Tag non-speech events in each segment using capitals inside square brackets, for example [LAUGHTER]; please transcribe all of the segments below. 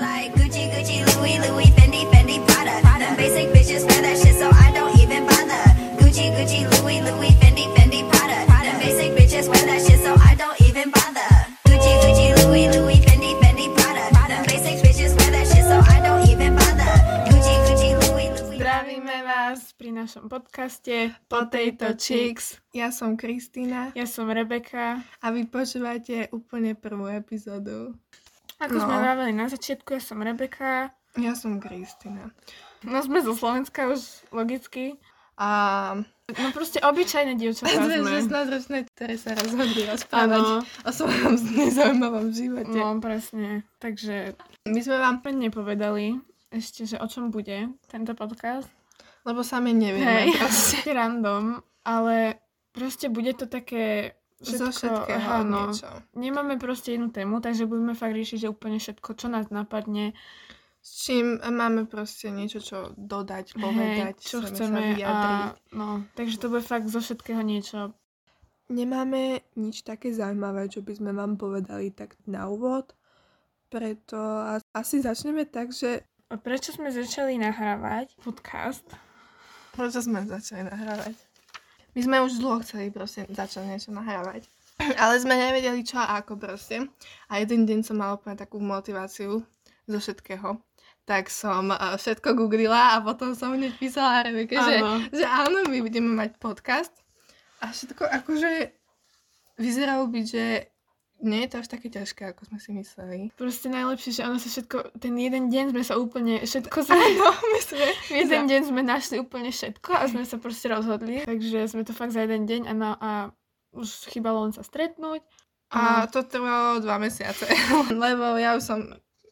like Gucci, Gucci, Louis, Louis, Fendi, Fendi, Prada. Prada. Basic bitches wear that shit, so I don't even bother. Gucci, Gucci, Louis, Louis, Fendi, Fendi, Prada. Prada. Basic bitches wear that shit, so I don't even bother. Gucci, Gucci, Louis, Louis, Fendi, Fendi, Prada. Prada. Basic bitches wear that shit, so I don't even bother. Gucci, Gucci, Louis, Louis. Zdravíme vás pri našom podcaste Potato Chicks. Ja som Kristýna Ja som Rebeka. a vy počúvate úplne prvú epizódu. Ako No. sme vraveli na začiatku, ja som Rebeka. Ja som Kristýna. No sme zo Slovenska už logicky. [LAUGHS] A No proste obyčajné [LAUGHS] dievčatá sme. 16-ročné, ktoré sa rozhodli rozprávať o svojom [LAUGHS] nezaujímavom živote. No presne. Takže My sme vám, sme nepovedali ešte, že o čom bude tento podcast. lebo sami Hej, nevieme. [LAUGHS] proste [LAUGHS] random, ale proste bude to také všetko, no. Zo všetkého áno. niečo. Nemáme proste jednu tému, takže budeme fakt riešiť, že úplne všetko, čo nás napadne, S čím máme proste niečo, čo dodať, hej, povedať, čo chceme sa chceme. vyjadriť. A, no, takže to bude fakt zo všetkého niečo. Nemáme nič také zaujímavé, čo by sme vám povedali tak na úvod, preto a- asi začneme tak, že A prečo sme začali nahrávať podcast? Prečo No, sme začali nahrávať? My sme už dlho chceli proste začať niečo nahrávať. [CLEARS THROAT] Ale sme nevedeli čo a ako proste. A jeden deň som mala úplne takú motiváciu zo všetkého. Tak som eh, všetko googlila a potom som hneď písala Rebeke, že, Áno. že áno, my budeme mať podcast. A všetko akože vyzeralo byť, že nie je to až také ťažké, ako sme si mysleli. Proste najlepšie, že ono sa všetko, ten jeden deň sme sa úplne, všetko [LAUGHS] sme, [LAUGHS] No, my sme... v jeden deň sme našli úplne všetko a sme sa proste rozhodli. Takže sme to fakt za jeden deň a, na, a už chýbalo len sa [LAUGHS] stretnúť. A to trvalo dva mesiace, [LAUGHS] lebo ja už som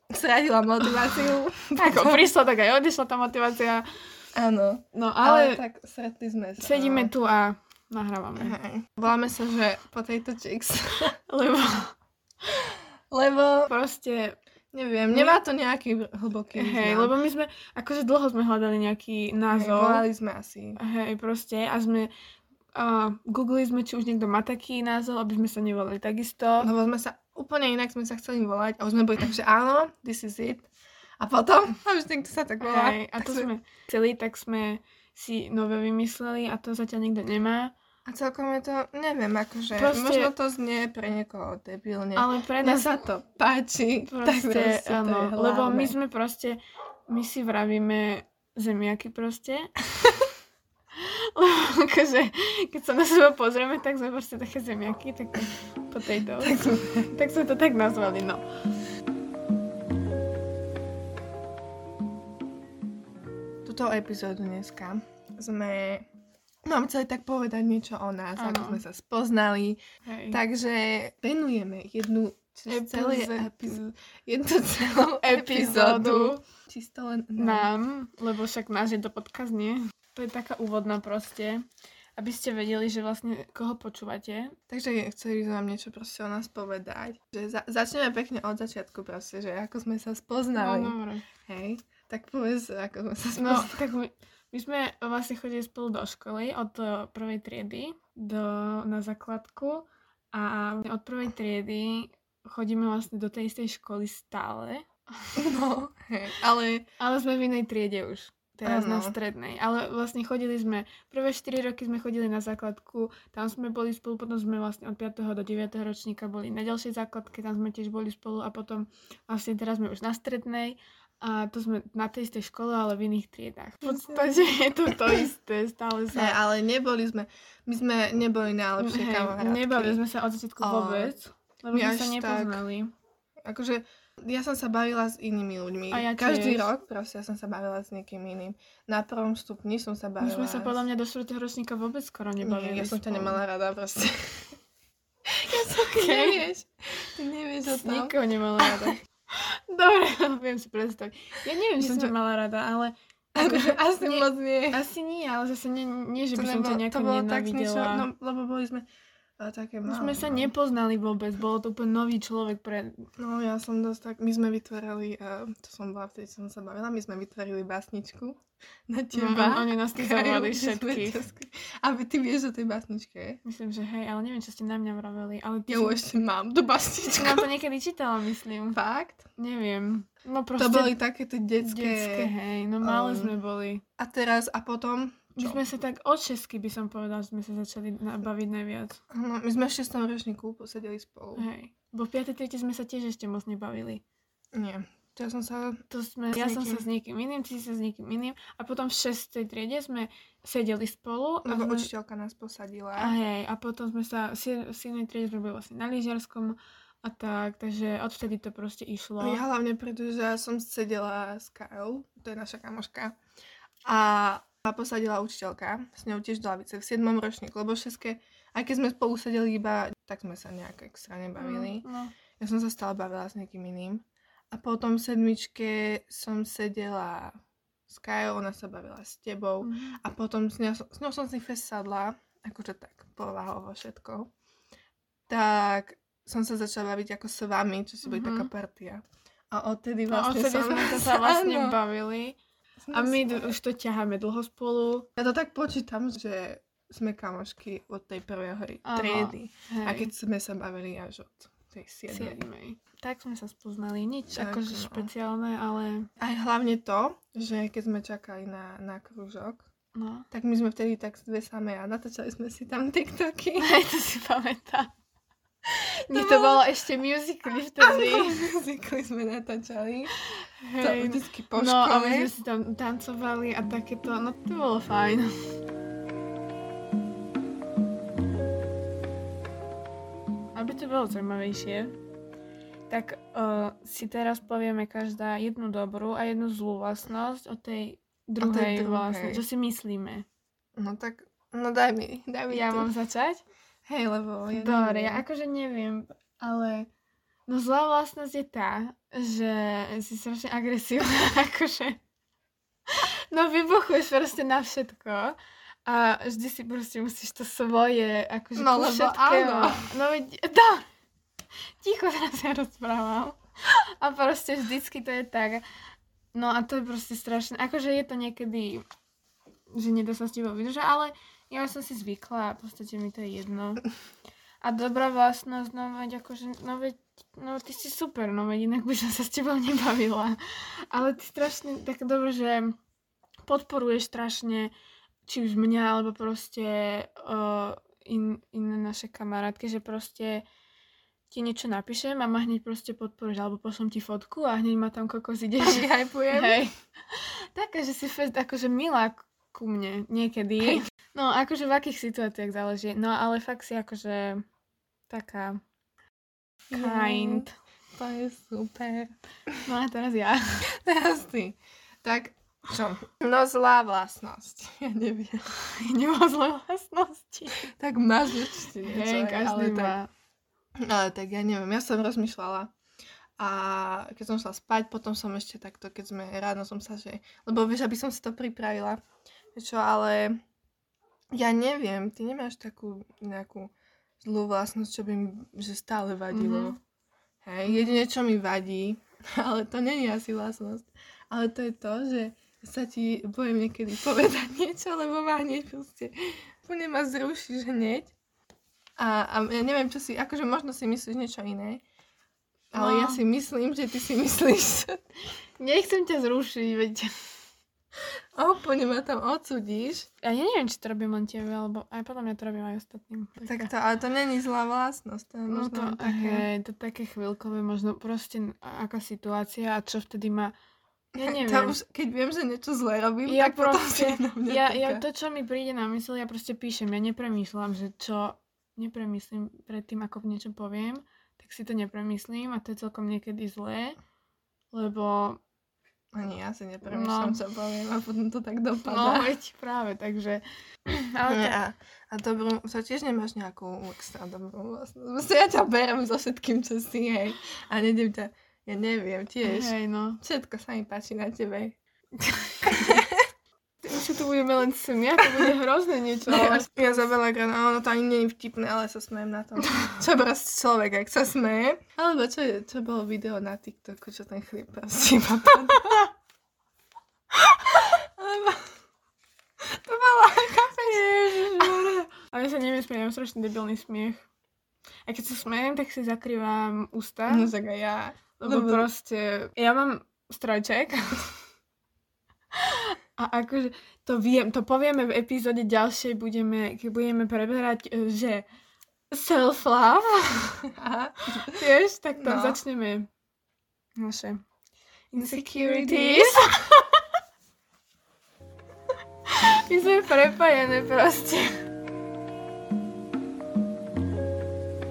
stratila motiváciu. Ako prišla, tak aj odišla tá motivácia. Áno, No ale, ale, tak stretli sme sa. no. sedíme tu a nahrávame. Hej. Voláme sa, že Potato Chicks, Lebo [LAUGHS] lebo proste, neviem, nemá to nejaký hlboký hej, význam. lebo my sme, akože dlho sme hľadali nejaký Hej, názov. volali sme asi. Hej, proste. A sme... Uh, Googlili sme, či už niekto má taký názov, aby sme sa nevolali takisto. Lebo sme sa úplne inak sme sa chceli volať a už sme boli tak, že áno, this is it. A potom, [LAUGHS] a už niekto sa tak volá. Hej, a No, tak to sme chceli, tak sme si nové vymysleli a to zatiaľ nikto nemá. A celkom je to, neviem, akože, Proste- možno to znie pre niekoho debilne. Ale pre Mne nás sa to páči. [LAUGHS] proste, to je áno, lebo hlavné. my sme proste, my si vravíme zemiaky [LAUGHS] proste. lebo akože, keď sa na seba pozrieme, tak sme proste také zemiaky, také potato. Tak sme- tak sme to tak nazvali, no. Tuto epizódu dneska sme... No, chceli tak povedať niečo o nás, Áno. ako sme sa spoznali. Hej. Takže venujeme jednu Epizó- celé epiz- jednu [LAUGHS] celú epizódu epizódu. Čisto len na... nám, lebo však náš je to podkaz, nie? To je taká úvodná proste, aby ste vedeli, že vlastne koho počúvate. Takže chceli sme vám niečo proste o nás povedať. Že za- začneme pekne od začiatku proste, že ako sme sa spoznali. No, dobre. Hej. Tak povedz, ako sme sa no spoznali. tak my, my sme vlastne chodili spolu do školy od eh, prvej triedy do, na základku a od prvej triedy chodíme vlastne do tej istej školy stále, No, hej. Ale ale sme v inej triede už. Teraz na Áno. strednej. Ale vlastne chodili sme, prvé 4 roky sme chodili na základku, tam sme boli spolu, potom sme vlastne od 5. do 9. ročníka boli na ďalšej základke, tam sme tiež boli spolu a potom vlastne teraz sme už na strednej a to sme na tej istej škole, ale v iných triedách. V podstate je to to isté, stále Ne, sa... ale neboli sme, my sme neboli najlepšie hey, kamarátky. nebavili sme sa od začiatku A- vôbec, lebo my sme až sa tak. nepoznali. Akože ja som sa bavila s inými ľuďmi. A ja Každý tiež. rok proste ja som sa bavila s niekým iným. Na prvom stupni som sa My bavila. sme sa podľa mňa do 4. ročníka vôbec skoro nebavili nebavili. Ja som ťa spolu. nemala rada [LAUGHS] proste. ja som Okej. nevieš. Ty nevieš o S tom. nikoho nemala [LAUGHS] rada. Dobre, viem si predstaviť. Ja neviem, My že som ťa sme- mala rada, ale [LAUGHS] Akože asi Nie, moc nie. asi nie, ale zase nie, nie že by som ťa nebolo- nejako to bolo tak nenávidela. niečo, no, lebo boli sme eh, ale také My málo. sme sa no. nepoznali vôbec, bolo to úplne nový človek pre... No ja som dosť tak, my sme vytvorili, uh, to som bola vtedy, čo som sa bavila, my sme vytvorili básničku na teba. No, [LAUGHS] oni nás tu Krajom, zavolali kde sme všetkých. ťa sk- A vy- ty vieš o tej básničke, je? Myslím, že hej, ale neviem, čo ste na mňa vraveli, ale ty Ja ju ešte mám, si tú nám básničku. to niekedy čítala, myslím. Fakt? Neviem. No proste... To boli také tie detské. detské, hej, no malé um, sme boli. A teraz, a potom, My čo? sme sa tak od česky by som povedala, že sme sa začali na- baviť najviac. No, my sme v šestom ročníku sedeli spolu. Hej. Bo v 5. triede sme sa tiež ešte moc nebavili. Nie. Ja som sa... To sme, S ja som niekým. sa s niekým iným, ty si sa s niekým iným. A potom v 6. triede sme sedeli spolu. A, Lebo sme, učiteľka nás posadila. a hej, a potom sme sa, v sie- v 7. triede sme boli vlastne na lyžiarskom a tak, takže odvtedy to proste išlo. No Ja hlavne, pretože ja som sedela s Karol, to je naša kamoška, a ma posadila učiteľka, s ňou tiež do lavice, v 7. ročníku, lebo všetké, aj keď sme spolu sedeli iba, tak sme sa nejak extra nebavili. No, no. Ja som sa stále bavila s niekým iným. A potom v sedmičke som sedela s Kajou, ona sa bavila s tebou. Mhm. A potom s ňou, s ňou som si fest sadla, akože tak povahovo všetko. Tak som sa začala baviť ako s vami, čo si boli Mhm. taká partia. A odtedy No, vlastne odvtedy som... sme to [LAUGHS] sa vlastne Áno. bavili. A my d- už to ťaháme dlho spolu. Ja to tak počítam, že sme kamošky od tej prvej hory Áno. triedy. Hej. A keď sme sa bavili až od tej siedmej. Siedmej. Tak sme sa spoznali, nič Tak, akože no. špeciálne, ale Aj hlavne to, že keď sme čakali na, na krúžok, no. tak my sme vtedy tak dve samé a natáčali sme si tam [LAUGHS] TikToky. Aj [LAUGHS] to si pamätám. To Nie, to bolo- bolo ešte musically vtedy. [LAUGHS] Muzikly sme natáčali. To Hej. vždycky po No a my sme škole. si tam tancovali a takéto, no to bolo fajn. Aby to bolo zaujímavejšie, tak eh, si teraz povieme každá jednu dobrú a jednu zlú vlastnosť o tej druhej, druhej. vlastnosti, čo si myslíme. No tak, no daj mi, daj mi Ja tu. mám začať? Hej, lebo ja Dobre, neviem. ja akože neviem, ale... No zlá vlastnosť je tá, že si strašne agresívna, [LAUGHS] akože... No vybuchuješ proste na všetko a vždy si proste musíš to svoje, akože No, ku lebo všetkému- áno. No veď, [LAUGHS] to... Ticho teraz ja rozprávam. A proste vždycky to je tak. No a to je proste strašné. Akože je to niekedy, že nedá sa s tebou vydržať, ale ja už som si zvykla a v podstate mi to je jedno. A dobrá vlastnosť, no veď akože, no veď, no ty si super, no veď inak by som sa s tebou nebavila. Ale ty strašne tak dobre, že podporuješ strašne či už mňa, alebo proste uh, in, iné naše kamarátky, že proste ti niečo napíšem a ma hneď proste podporíš, alebo pošlem ti fotku a hneď ma tam kokos [LAUGHS] ideš. Vyhypujem. Hej. [LAUGHS] Taká, že si fest akože milá k- ku mne niekedy. No, akože v akých situáciách záleží. No, ale fakt si akože taká kind. Mm, To je super. [LAUGHS] No a teraz ja. Teraz ty. Tak, [LAUGHS] čo? No zlá vlastnosť. [LAUGHS] Ja neviem. [LAUGHS] Nemám zlé vlastnosti. Tak máš určite niečo. Hej, aj, každý ale tak- má. Ale tak ja neviem, ja som rozmýšľala a keď som šla spať, potom som ešte takto, keď sme ráno som sa, že... Lebo vieš, aby som si to pripravila, čo, ale ja neviem, ty nemáš takú nejakú zlú vlastnosť, čo by mi že stále vadilo. Mhm. Hej, jedine, čo mi vadí, [LAUGHS] ale to není asi vlastnosť, ale to je to, že sa ti bojím niekedy povedať [LAUGHS] niečo, lebo ma hneď proste, úplne ma zrušíš hneď. A, a ja neviem, čo si, akože možno si myslíš niečo iné, ale No. ja si myslím, že ty si myslíš, [LAUGHS] Nechcem ťa zrušiť, veď... a úplne ma tam odsudíš. Ja neviem, či to robím len tebe, alebo aj podľa mňa to robím aj ostatným. Tak to, ale to není zlá vlastnosť, to je No možno to, len také... hej, to také chvíľkové, možno proste a- aká situácia a čo vtedy má... Ja neviem. To už, keď viem, že niečo zlé robím, Ja tak potom si proste- na mňa Ja, taká. ja to, čo mi príde na mysel, ja proste píšem, ja nepremýšľam, že čo nepremyslím pred tým, ako niečo poviem, tak si to nepremyslím a to je celkom niekedy zlé, lebo Ani ja si nepremýšľam, No. čo poviem a potom to tak no dopadá. [LAUGHS] veď práve, takže [CLEARS THROAT] ale [CLEARS THROAT] Nie, tak, a, a dobrú, to tiež nemáš nejakú extra dobrú vlastnosť. Proste ja ťa berem so všetkým, čo si, hej. A nedem ťa, ja neviem, tiež. hej no. Všetko sa mi páči na tebe. Už sa tu budeme len smiať, to bude hrozné niečo. [LAUGHS] No, ja za Belagrana, a ono to ani nie je vtipné, ale sa smejem na [LAUGHS] tom. Čo je proste človek, ak sa smeje. Alebo čo, je, čo bolo video na TikToku, čo ten chlip [LAUGHS] proste iba padá. Alebo... To bola Ale ja sa neviem smiať, ja mám strašne debilný smiech. A keď sa smejem, tak si zakrývam ústa. No tak aj ja. Lebo Lebo- proste, ja mám strojček. A akože to viem, to povieme v epizóde ďalšej, budeme, keď budeme preberať, e, že self-love, [LAUGHS] Aha. vieš, tak tam No. začneme naše insecurities. Insecurities. [LAUGHS] My sme prepájené proste.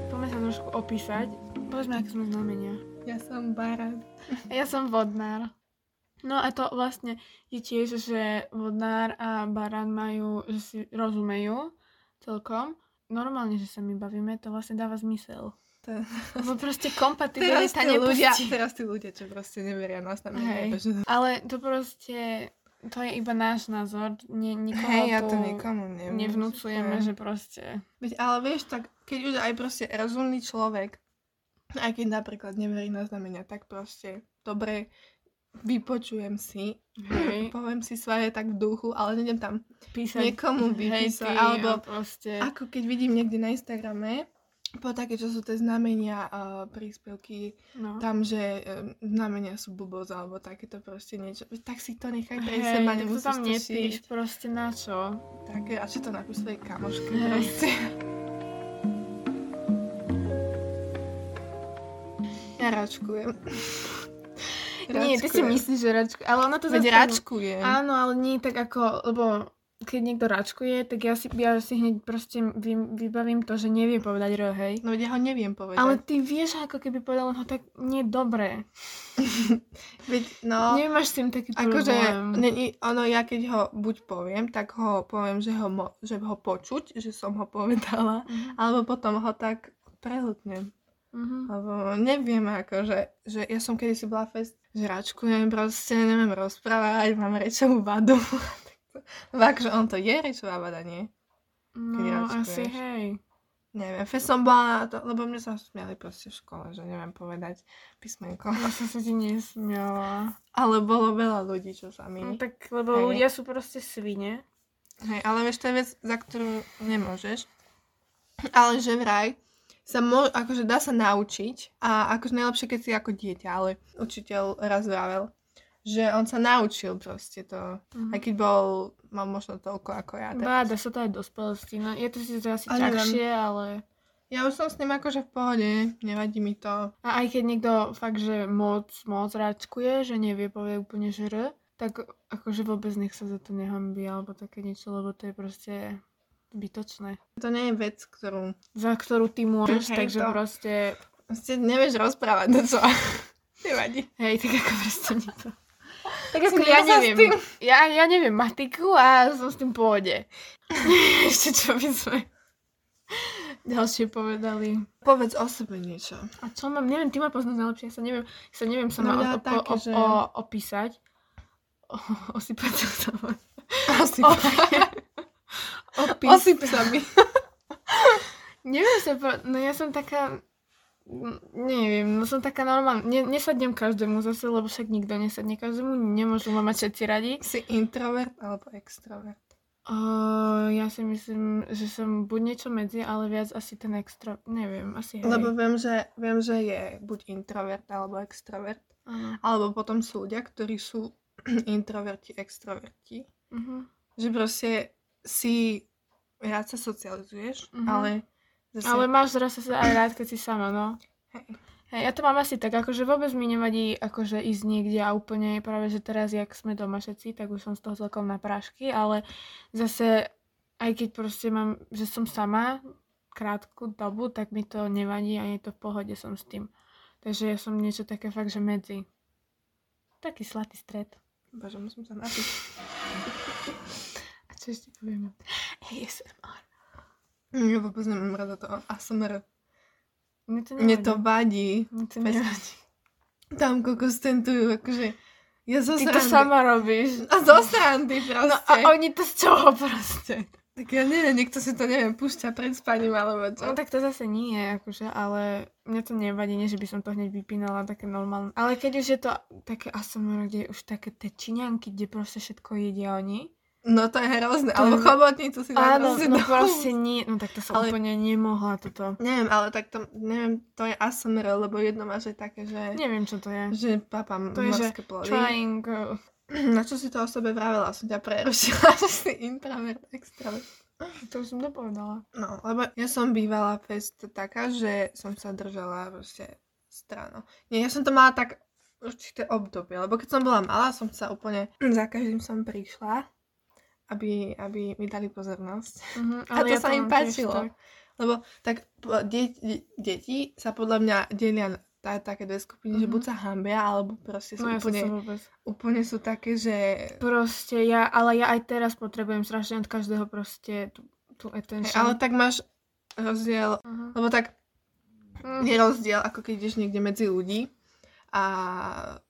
Poďme sa trošku opísať. Povedzme, aké sme znamenia. Ja som barán. Ja som vodnár. No a to vlastne je tiež, že vodnár a barán majú, že si rozumejú celkom. Normálne, že sa my bavíme, to vlastne dáva zmysel. To- Lebo proste Teraz kompatibilita tí, ľudia, nepustí. teraz tí ľudia, čo proste neveria na Hej. znamenie. Že... Ale to proste, to je iba náš názor. Nie, nikoho Hej, ja to tu nikomu neviem. nevnúcujeme, že proste... Veď, ale vieš, tak keď už aj proste rozumný človek, aj keď napríklad neverí na znamenia, tak proste dobre vypočujem si, Hej, poviem si svoje tak v duchu, ale nejdem tam písať niekomu hejty, vypísať, alebo alebo proste... ako keď vidím niekde na Instagrame, po také, čo sú tie znamenia, uh, príspevky, No. tam, že um, znamenia sú blbosť, alebo takéto proste niečo, Veď tak si to nechaj pre Hej, seba, tak to nemusíš tam to nepíš, šíriť. proste na čo? Také, a čo to napíš svojej kamoške Hej. proste. Ja račkujem. Nie, ty si Račkujem. myslíš, že račkuje, ale ono to Veď zase- račkujem. Áno, ale nie tak ako, lebo keď niekto račkuje, tak ja si, ja si hneď proste vy, vybavím to, že nevie povedať r, hej. No veď ja ho neviem povedať. Ale ty vieš, ako keby povedal ho tak nedobre. Veď, no, Nemáš s tým taký akože, problém. není, ono, ja keď ho buď poviem, tak ho poviem, že ho, mo- že ho počuť, že som ho povedala, Mhm. alebo potom ho tak prehltnem. Mhm. Lebo neviem, akože, že ja som kedy si bola fest, že račkujem proste, neviem rozprávať, mám rečovú vadu. [LAUGHS] Fakt, že on to je rečová vada, nie? keď No, račkuješ. asi hej. Neviem, fest som bola na to, lebo mne sa smiali proste v škole, že neviem povedať písmenko. [LAUGHS] Ja som sa ti nesmiala. Ale bolo veľa ľudí, čo sa No mi... tak, lebo Hej. ľudia sú proste svine. Hej, ale vieš, to je vec, za ktorú nemôžeš. Ale že vraj sa mo- akože dá sa naučiť a akože najlepšie, keď si ako dieťa, ale učiteľ raz vravel, že on sa naučil proste to. Aj keď bol, mal možno toľko ako ja. teraz. Báda sa to aj dospelosti. No, je to síce asi Ale neviem. ťažšie, ale... Ja už som s ním akože v pohode, nevadí mi to. A aj keď niekto fakt, že moc, moc račkuje, že nevie povedať úplne že r, tak akože vôbec nech sa za to nehambí alebo také niečo, lebo to je proste bytočné. To nie je vec, ktorú Za ktorú ty môžeš, Hej, takže to. proste... proste nevieš rozprávať, no čo? [LAUGHS] nevadí. Hej, tak ako proste nie to. [LAUGHS] Tak Si ako ja nemá sa s neviem, tým. ja, ja neviem matiku a som s tým v pohode. [LAUGHS] Ešte čo by sme... Ďalšie povedali. Povedz o sebe [LAUGHS] niečo. A čo mám, neviem, ty ma poznáš najlepšie, ja sa neviem, ja sa neviem sama No no, ja ja o, také, o, o, že- o, opísať. O, osypať sa sama. [LAUGHS] Osyp, Opísať. Osyp sa mi. Neviem sa, pro... no ja som taká, m, neviem, no som taká normálna, ne, nesadnem každému zase, lebo však nikto nesadne každému, nemôžu ma mať všetci radi. Si introvert alebo extrovert? Uh, ja si myslím, že som buď niečo medzi, ale viac asi ten extra, neviem, asi hej. Lebo viem že, viem, že je buď introvert alebo extrovert. Áno. Alebo potom sú ľudia, ktorí sú [CLEARS THROAT] introverti, extroverti. Mhm. Že proste si rád sa socializuješ, Mhm. ale zase... Ale máš zrazu sa aj rád, keď si sama, no. Hej. Hej, ja to mám asi tak, akože vôbec mi nevadí akože ísť niekde a úplne práve, že teraz, jak sme doma všetci, tak už som z toho celkom na prášky, ale zase, aj keď proste mám, že som sama krátku dobu, tak mi to nevadí a je to v pohode som s tým. Takže ja som niečo také fakt, že medzi. Taký slatý stred. Bože, musím sa napiť. A čo ešte [LAUGHS] povieme? ASMR. Ja vôbec nemám rada to ASMR. Mne to nevadí. Mne to vadí. Mne to Tam kokos tentujú, akože Ja [LAUGHS] zo Ty to srandy. sama [LAUGHS] robíš. A zo srandy proste. No a oni to z čoho proste? Tak ja neviem, niekto si to, neviem, púšťa pred spaním alebo No čo. tak to zase nie je, akože, ale mňa to nevadí, nie že by som to hneď vypínala, také normálne. Ale keď už je to také ASMR, kde je už také tie čiňanky, kde proste všetko jedia oni. No to je hrozné. To Alebo je- chobotnicu si dá Áno, proste no do- proste nie, no tak to som Ale- úplne nemohla toto. Neviem, ale tak to, neviem, to je ASMR, lebo jedno máš aj také, že, Neviem, čo to je. že papám To je, že morské plody. Trying, uh, [CLEARS THROAT] Na čo si to o sebe vravela? Som ťa prerušila, [LAUGHS] že si introvert, extrovert. to už som dopovedala. No, lebo ja som bývala fest taká, že som sa držala proste strano. Nie, ja som to mala tak určité obdobie, lebo keď som bola malá, som sa úplne [CLEARS THROAT] za každým som prišla, aby, aby mi dali pozornosť. Mhm, A to sa im mám tiež páčilo. tak. Lebo tak po- de- de- deti sa podľa mňa delia na tá, také dve skupiny, že Mhm. buď sa hambia, alebo proste sú No ja som úplne, sa vôbec. úplne sú také, že... Proste ja, ale ja aj teraz potrebujem strašne od každého proste tú, tú Hej, attention. ale tak máš rozdiel, Mhm. lebo tak Mm. je rozdiel, ako keď ideš niekde medzi ľudí a...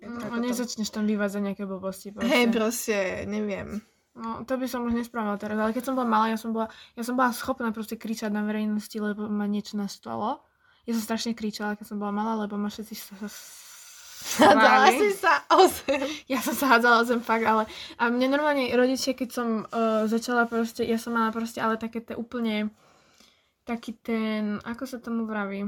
No, nezačneš tam bývať za nejaké blbosti. Proste. Hej, proste, neviem. No, to by som už nespravila teraz, ale keď som bola malá, ja som bola, ja som bola schopná proste kričať na verejnosti, lebo ma niečo nastalo. Ja som strašne kričala, keď som bola malá, lebo ma všetci sa... sa- [LAUGHS] Dala smáli. si sa o zem. Ja som sa hádzala o zem fakt, ale... A mne normálne rodičia, keď som uh, začala proste, ja som mala proste ale také te úplne... Taký ten, ako sa tomu vraví?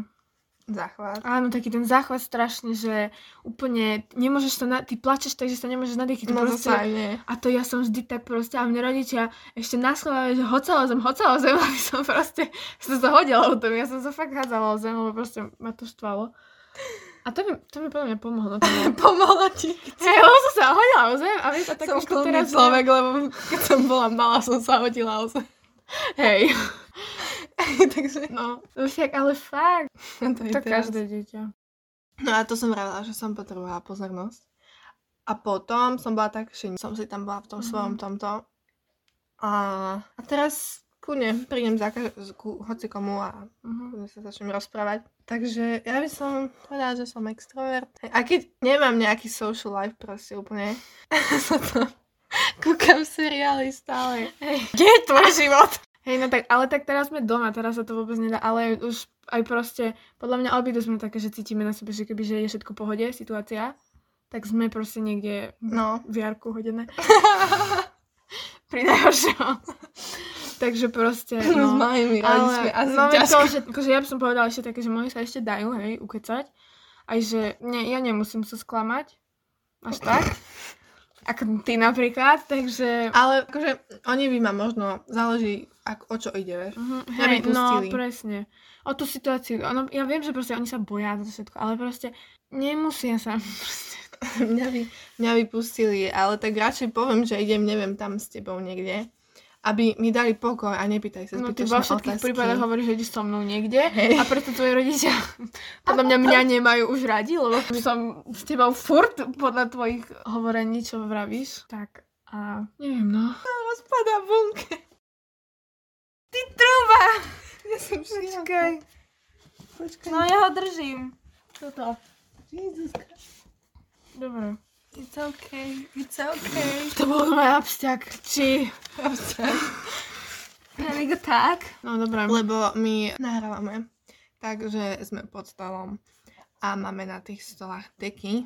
Zachvát. Áno, taký ten záchvat strašne, že úplne nemôžeš to, na, ty plačeš tak, že sa nemôžeš nadýchiť. No to proste, sa aj nie. a to ja som vždy tak proste, a mne rodičia ešte naschovali, že hocala o zem, hocala o zem, [LAUGHS] aby som proste som sa hodila o tom. Ja som sa fakt hádzala o zem, lebo proste ma to štvalo. A to mi, to mi podľa mňa pomohlo. To [LAUGHS] mi- Pomohla ti. Hej, lebo som sa hodila o zem a vieš, a tak Tak som už to kľudný teraz... človek, lebo keď som bola malá, som sa hodila o zem. Hej, [LAUGHS] Takže no. Však, ale fakt. [LAUGHS] to je To teraz. každé dieťa. No a to som vravila, že som potrebovala pozornosť. A potom som bola tak, že som si tam bola v tom Mhm. svojom tomto. A, a teraz kune, prídem za kaž- ku hoci komu a Mhm. kudne sa začnem rozprávať. Takže ja by som povedala, že som extrovert. A keď nemám nejaký social life proste úplne, [LAUGHS] sa to kúkam seriály stále. Kde je tvoj život? Hej, no tak, ale tak teraz sme doma, teraz sa to vôbec nedá, ale už aj proste, podľa mňa obidve sme také, že cítime na sebe, že keby že je všetko v pohode, situácia, tak sme proste niekde No. [LAUGHS] v jarku [LAUGHS] hodené. Pri najhoršom. Takže [LAUGHS] proste, No. S no. malými rodičmi asi no, veď to, ťažko. že, akože ja by som povedala ešte také, že moji sa ešte dajú, hej, ukecať. Aj že nie, ja nemusím sa sklamať. Až [LAUGHS] tak. Ako ty napríklad, takže... Ale akože oni by ma možno, záleží ak, o čo ide, vieš. [LAUGHS] Mhm, Aby hej, no pustili. presne. O tú situáciu. Ono, ja viem, že proste oni sa boja za to všetko, ale proste nemusia sa. [LAUGHS] Proste. mňa, by, mňa by pustili, ale tak radšej poviem, že idem, neviem, tam s tebou niekde, aby mi dali pokoj a nepýtaj sa No ty zbytočné vo všetkých otázky. prípadoch hovoríš, že ideš so mnou niekde Hej. a preto tvoji rodičia podľa mňa mňa nemajú už radi, lebo som s tebou furt podľa tvojich hovorení, čo vravíš. Tak a neviem, no. Rozpadá bunke. [LAUGHS] Ty trúba! Ja som šliapka. Počkaj. No ja ho držím. Toto. Jesus Christ. Dobre. It's okay, it's okay. To bol môj absťak, či... tak? No dobré. Lebo my nahrávame, takže sme pod stolom a máme na tých stolách deky,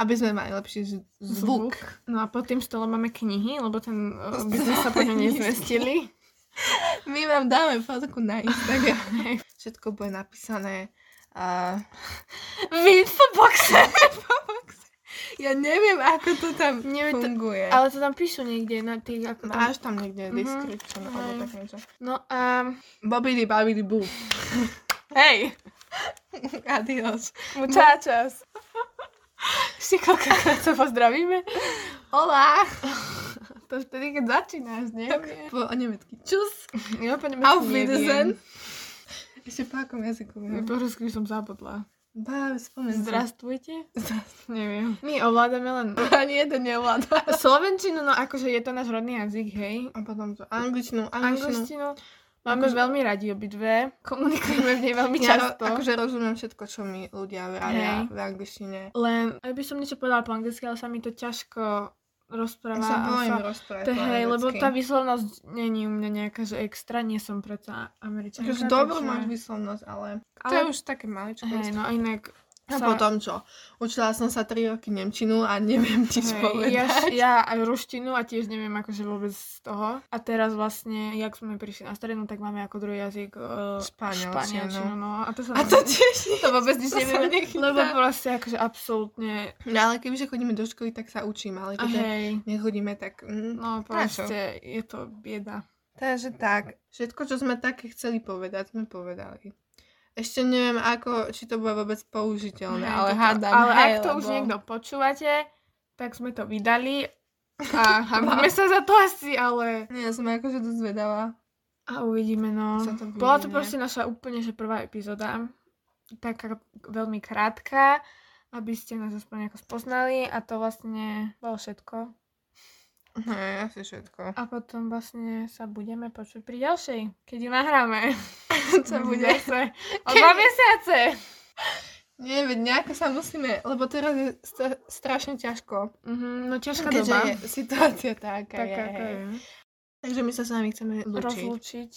aby sme mali lepší z- zvuk. zvuk. No a pod tým stolom máme knihy, lebo ten, eh, by sme sa po ňom nezmestili. My vám dáme fotku na Instagram. [LAUGHS] Všetko bude napísané. Uh, Infoboxe! ja neviem, ako to tam Neviem to- funguje. Ale to tam píšu niekde na tých... Ako tam... Máš tam niekde Mhm. description alebo Hej. tak niečo. No a... Bobidi, babidi, bu. Hej! Adios. Muchachas! Ešte koľkokrát sa pozdravíme? Hola. To už vtedy, keď začínáš, nie? Po nemecky. Čus. Ja po nemecky Auf neviem. Mm. Wiedersehen. Ešte po akom jazyku? viem? Po rusky som zabudla. Bá, spomen si. Zdrastujte? [LAUGHS] [LAUGHS] Zdrast. Neviem. My ovládame len Ani jeden neovláda. slovenčinu, no akože je to náš rodný jazyk, hej. A potom to angličtinu, angličtinu. Angličtinu. Máme Akože- veľmi radi obidve, komunikujeme v nej veľmi Ja ro- často. akože rozumiem všetko, čo mi ľudia vravia Hej. v angličtine. Len, aby som niečo povedala po anglicky, ale sa mi to ťažko rozpráva. Ja sa a bojím sa- rozprávať to je po hej, lebo anglicky. tá výslovnosť není u mňa nejaká, že extra, nie som preto američanka. Akože dobrú takže- máš výslovnosť, ale, to Ale- je už také maličko. Hej, no a inak... A potom čo? Učila som sa 3 roky Nemčinu a neviem ti hej, povedať. ja, ja aj ruštinu a tiež neviem akože vôbec z toho. A teraz vlastne, jak sme prišli na strednú, tak máme ako druhý jazyk uh, Španielčinu. španielčinu. No. A to sa [LAUGHS] A [LAUGHS] to tiež to vôbec nič to sa neviem, nechytá. lebo proste akože absolútne, No ale kebyže chodíme do školy, tak sa učím, a ale keďže hej, nechodíme, tak... Mm. no proste je to bieda. Takže tak, všetko, čo sme také chceli povedať, sme povedali. Ešte neviem, ako, či to bude vôbec použiteľné, Hej, No, ale toto- hádam. Ale hej, ak to už lebo- niekto počúvate, tak sme to vydali [LAUGHS] a hambíme No. sa za to asi, ale... Nie, som akože dosť zvedavá. A uvidíme, no. Sa to Bola to uvidíme. proste naša úplne že prvá epizóda. Taká veľmi krátka, aby ste nás aspoň nejako spoznali a to vlastne bolo všetko. Hej, asi všetko. A potom vlastne sa budeme počuť pri ďalšej, keď ju nahráme. [LAUGHS] [LAUGHS] Co Mhm. bude? Zase o dva mesiace. Nie, veď nejako sa musíme, lebo teraz je sta- strašne ťažko. Mhm, no ťažká Keďže doba. je situácia taká, Tak, je, ako hej. je. Takže my sa s vami chceme lúčiť. Rozlúčiť.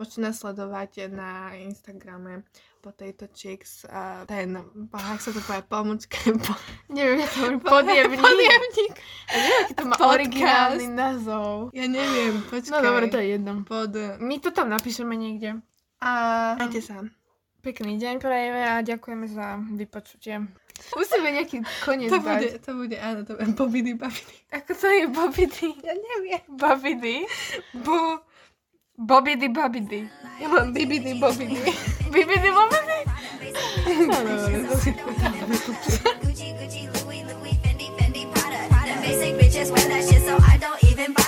Môžete nás sledovať na Instagrame po tejto chicks a ten, po- ak sa to povie, pomôcke, po, Neviem, [LAUGHS] jak to hovorí. Podiemník. podiemník. Aký to má Podcast. originálny názov. Ja neviem, počkaj. No dobre, to je jedno. Pod... My to tam napíšeme niekde. A... Majte sa. Pekný deň prajeme a ďakujeme za vypočutie. Musíme nejaký koniec To bude, dať. to no bude, áno, to bude Bobiny, Babiny. Ako to je Bobidy? Ja neviem. Bobidy? Bo... Bobidy, Bobidy. Ja mám Bibiny, [LAUGHS] Bobiny. Bibidy, Bobidy? No, dobre. Gucci, Gucci, Louis, Louis, Fendi, Fendi, Prada. Prada. Basic bitches wear that shit, so I don't even bother.